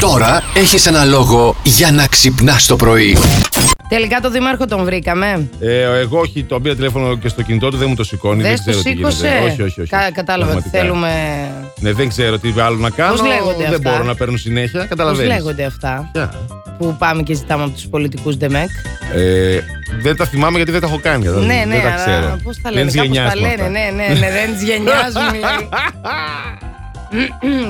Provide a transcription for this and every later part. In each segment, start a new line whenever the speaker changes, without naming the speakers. Τώρα έχεις ένα λόγο για να ξυπνάς το πρωί.
Τελικά το δήμαρχο τον βρήκαμε.
Ε, εγώ όχι, τον πήρα τηλέφωνο και στο κινητό του δεν μου το σηκώνει.
Δεν
Δεν,
το
ξέρω τι
σήκωσε.
γίνεται. Όχι, όχι, όχι.
Κα- κατάλαβα τι
Πραγματικά.
θέλουμε.
Ναι, δεν ξέρω τι άλλο να κάνω.
λέγονται
δεν
αυτά?
μπορώ να παίρνω συνέχεια.
Πώς
Καταλαβαίνεις.
λέγονται αυτά
Ποια?
που πάμε και ζητάμε από τους πολιτικούς ΔΕΜΕΚ.
Ε, δεν τα θυμάμαι γιατί δεν τα έχω κάνει. κατάλαβες.
Ναι, ναι,
δεν τα ξέρω.
αλλά πώς τα
Δεν
λένε.
τις
Κάπως τα
γενιάζουμε
λένε.
αυτά.
Ναι, ναι, ναι, δεν τις γενιάζουν. λέει.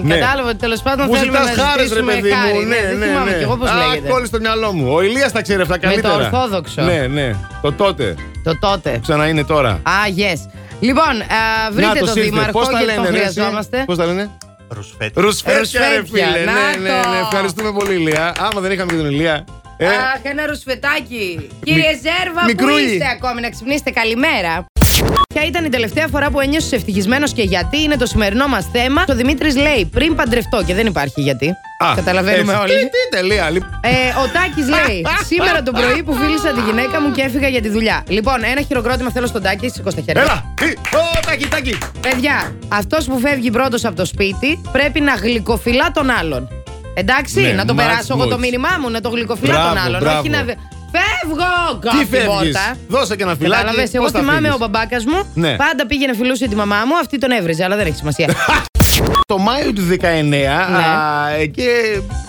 Ναι.
Κατάλαβα ότι τέλος πάντων
Μου
θέλουμε
ζητάς
να
χάρες, ρε
ζητήσουμε
παιδί μου.
χάρη. Ναι,
Ναι,
δεν
ναι,
θυμάμαι
ναι.
κι εγώ πώς
Α,
λέγεται.
κόλλησε στο μυαλό μου. Ο Ηλίας τα ξέρει αυτά
το
καλύτερα.
Ορθόδοξο.
Ναι, ναι. Το τότε.
Το τότε.
Ξανά είναι τώρα.
Α, yes. Λοιπόν, α, βρείτε τον Δήμαρχο
Πώς τα
και τον
λένε, ρε,
χρειαζόμαστε.
Πώς τα λένε.
Ρουσφέτη.
Ρουσφέτια, ρε
Ρουσφέτια,
φίλε. Ναι,
Ε, να
ναι, ναι.
το.
Ευχαριστούμε πολύ, Ηλία. Άμα δεν είχαμε και τον Ηλία. ε,
Αχ, ένα ρουσφετάκι. Κύριε Ζέρβα, που
μικρούλι.
είστε ακόμη, να ξυπνήσετε. Καλημέρα. Ποια ήταν η τελευταία φορά που ένιωσες ευτυχισμένος και γιατί είναι το σημερινό μας θέμα. Ο Δημήτρης λέει πριν παντρευτώ και δεν υπάρχει γιατί.
α,
Καταλαβαίνουμε
έτσι.
όλοι.
Τι, τι, τελεία. λοιπόν.
Ε, ο Τάκης λέει: Σήμερα το πρωί που φίλησα τη γυναίκα μου και έφυγα για τη δουλειά. Λοιπόν, ένα χειροκρότημα θέλω στον Τάκη. Σηκώ τα χέρια.
Έλα. Τι. Ω, τάκι, τάκι.
Παιδιά, αυτός που φεύγει πρώτος από το σπίτι πρέπει να γλυκοφυλά τον άλλον. Εντάξει,
Ναι,
να το
Max
περάσω εγώ το
Moritz.
μήνυμά μου, να το γλυκοφυλά
Μπράβο,
τον άλλον.
μπράβο.
Όχι να. βε- Φεύγω!
Τι
Κάπου την
φεύγει.
πόρτα.
Δώσε και ένα φιλάκι.
Κατάλαβες, εγώ
Πώς τα
θυμάμαι
φεύγεις?
ο μπαμπάκας μου.
Ναι.
Πάντα πήγαινε φιλούσε τη μαμά μου, αυτή τον έβριζε, αλλά δεν έχει σημασία.
Το Μάιο του 19
Ναι.
α, εκεί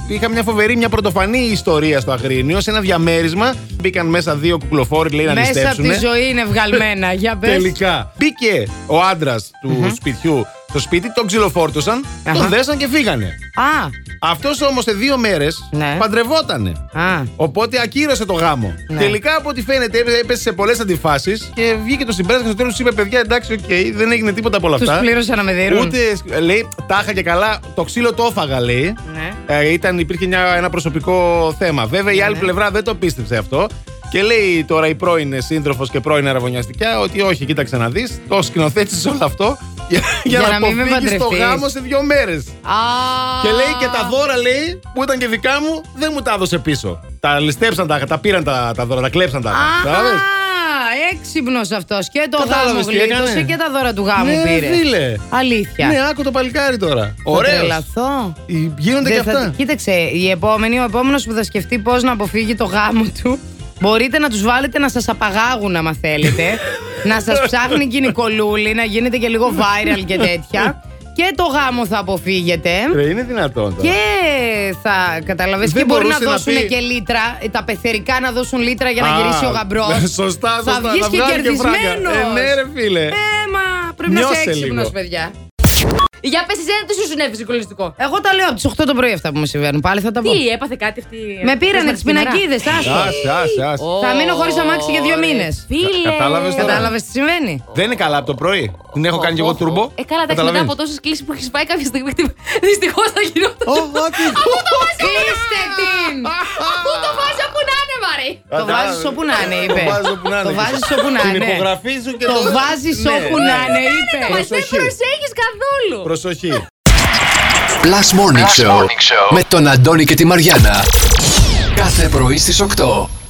είχα μια φοβερή, μια πρωτοφανή ιστορία στο Αγρίνιο. Σε ένα διαμέρισμα μπήκαν μέσα δύο κουκλοφόροι, λέει, να
Μέσα από
νηστέψουν.
τη ζωή είναι βγαλμένα. Για πες.
Τελικά. Μπήκε ο άντρας του σπιτιού στο σπίτι, τον ξυλοφόρτωσαν,
Αχα.
τον δέσαν και φύγανε. Αυτός όμως σε δύο μέρες
Ναι.
παντρευότανε.
Α, α.
Οπότε ακύρωσε το γάμο.
Ναι.
Τελικά από ό,τι φαίνεται έπε- έπεσε σε πολλές αντιφάσεις και βγήκε το συμπέρασμα στο τέλος του είπε: Παιδιά, εντάξει, οκ, δεν έγινε τίποτα από όλα
Τους
αυτά.
πλήρωσα να με δίνουν.
Ούτε ε, λέει, τάχα και καλά, το ξύλο το έφαγα, λέει.
Ναι.
Ε, ήταν, υπήρχε μια, ένα προσωπικό θέμα. Βέβαια, η
Ναι,
άλλη
ναι.
πλευρά δεν το πίστεψε αυτό. Και λέει τώρα η πρώην σύντροφος και πρώην αραβωνιαστικά ότι όχι, κοίταξε να δεις, το σκηνοθέτησες όλο αυτό για,
Για
για, να,
να μην με
αποφύγεις το
παντρευτείς.
γάμο σε δύο μέρες.
Α.
Και λέει και τα δώρα, λέει, που ήταν και δικά μου, δεν μου τα έδωσε πίσω. Τα ληστέψαν τα, τα πήραν τα, τα δώρα, τα κλέψαν τα.
Α,
Κατάλαβες?
έξυπνος αυτός. Και το
Κατάλαβες
γάμο
τι
γλίτωσε
έκανε.
και τα δώρα του γάμου
ναι,
πήρε.
φίλε.
Αλήθεια.
Ναι, άκου το παλικάρι τώρα.
Θα
Ωραίος.
τρελαθώ.
Γίνονται και
Δεν θα-
αυτά.
Κοίταξε, η επόμενη, ο επόμενος που θα σκεφτεί πώς να αποφύγει το γάμο του, μπορείτε να τους βάλετε να σας απαγάγουν, άμα θέλετε. να σας ψάχνει γυναικολούλη, να γίνετε και λίγο viral και τέτοια. και το γάμο θα αποφύγετε.
Ρε, είναι δυνατόν τώρα.
Και θα καταλαβες
Δεν
και μπορεί να
μπορούσε να
δώσουν
πει-
και λίτρα, τα πεθερικά να δώσουν λίτρα για να
Α, ναι,
γυρίσει ο γαμπρός.
Σωστά,
Θα
σωστά.
βγεις
να
και
βγάλει φράγκα.
κερδισμένος.
Ε, ναι, ρε φίλε.
Ε, μα πρέπει να
Νιώσε
είσαι έξυπνος,
λίγο.
παιδιά.
Για πες εσένα, τι σου συνέβη συγκολιστικό.
Εγώ τα λέω από τις 8 το πρωί αυτά που μου συμβαίνουν. Πάλι θα τα πω.
Τι, ε, έπαθε κάτι αυτή.
Λοιπόν. Με πήρανε τις πινακίδες, άστο.
Άσε, άσε, άσε.
Θα μείνω χωρίς αμάξι για δύο μήνες.
Φίλε. Ε,
Κα- κατάλαβες τώρα.
Κατάλαβες τι συμβαίνει.
Δεν είναι καλά από το πρωί. Την έχω κάνει και εγώ τουρμπο.
Ε, καλά, εντάξει, μετά
Καταλαβαίνεις.
από τόσες κλήσεις που έχεις πάει κάποια στιγμή. Δυστυχώς θα γινόταν.
Ω, άκου.
Κλείστε την!
Πού το βάζει όπου να είναι, βαρύ.
Το
Κατάλαβες.
βάζει όπου να είναι, είπε.
Το βάζεις όπου να
Το βάζεις όπου να
είναι. Την
είναι.
υπογραφή σου και
Το βάζεις
Ναι.
όπου να είναι,
Ε,
είπε.
Μα δεν
Προσοχή.
προσέχεις καθόλου.
Προσοχή.
Plus Morning, Show, με τον Αντώνη και τη Μαριάνα. Κάθε πρωί στις 8.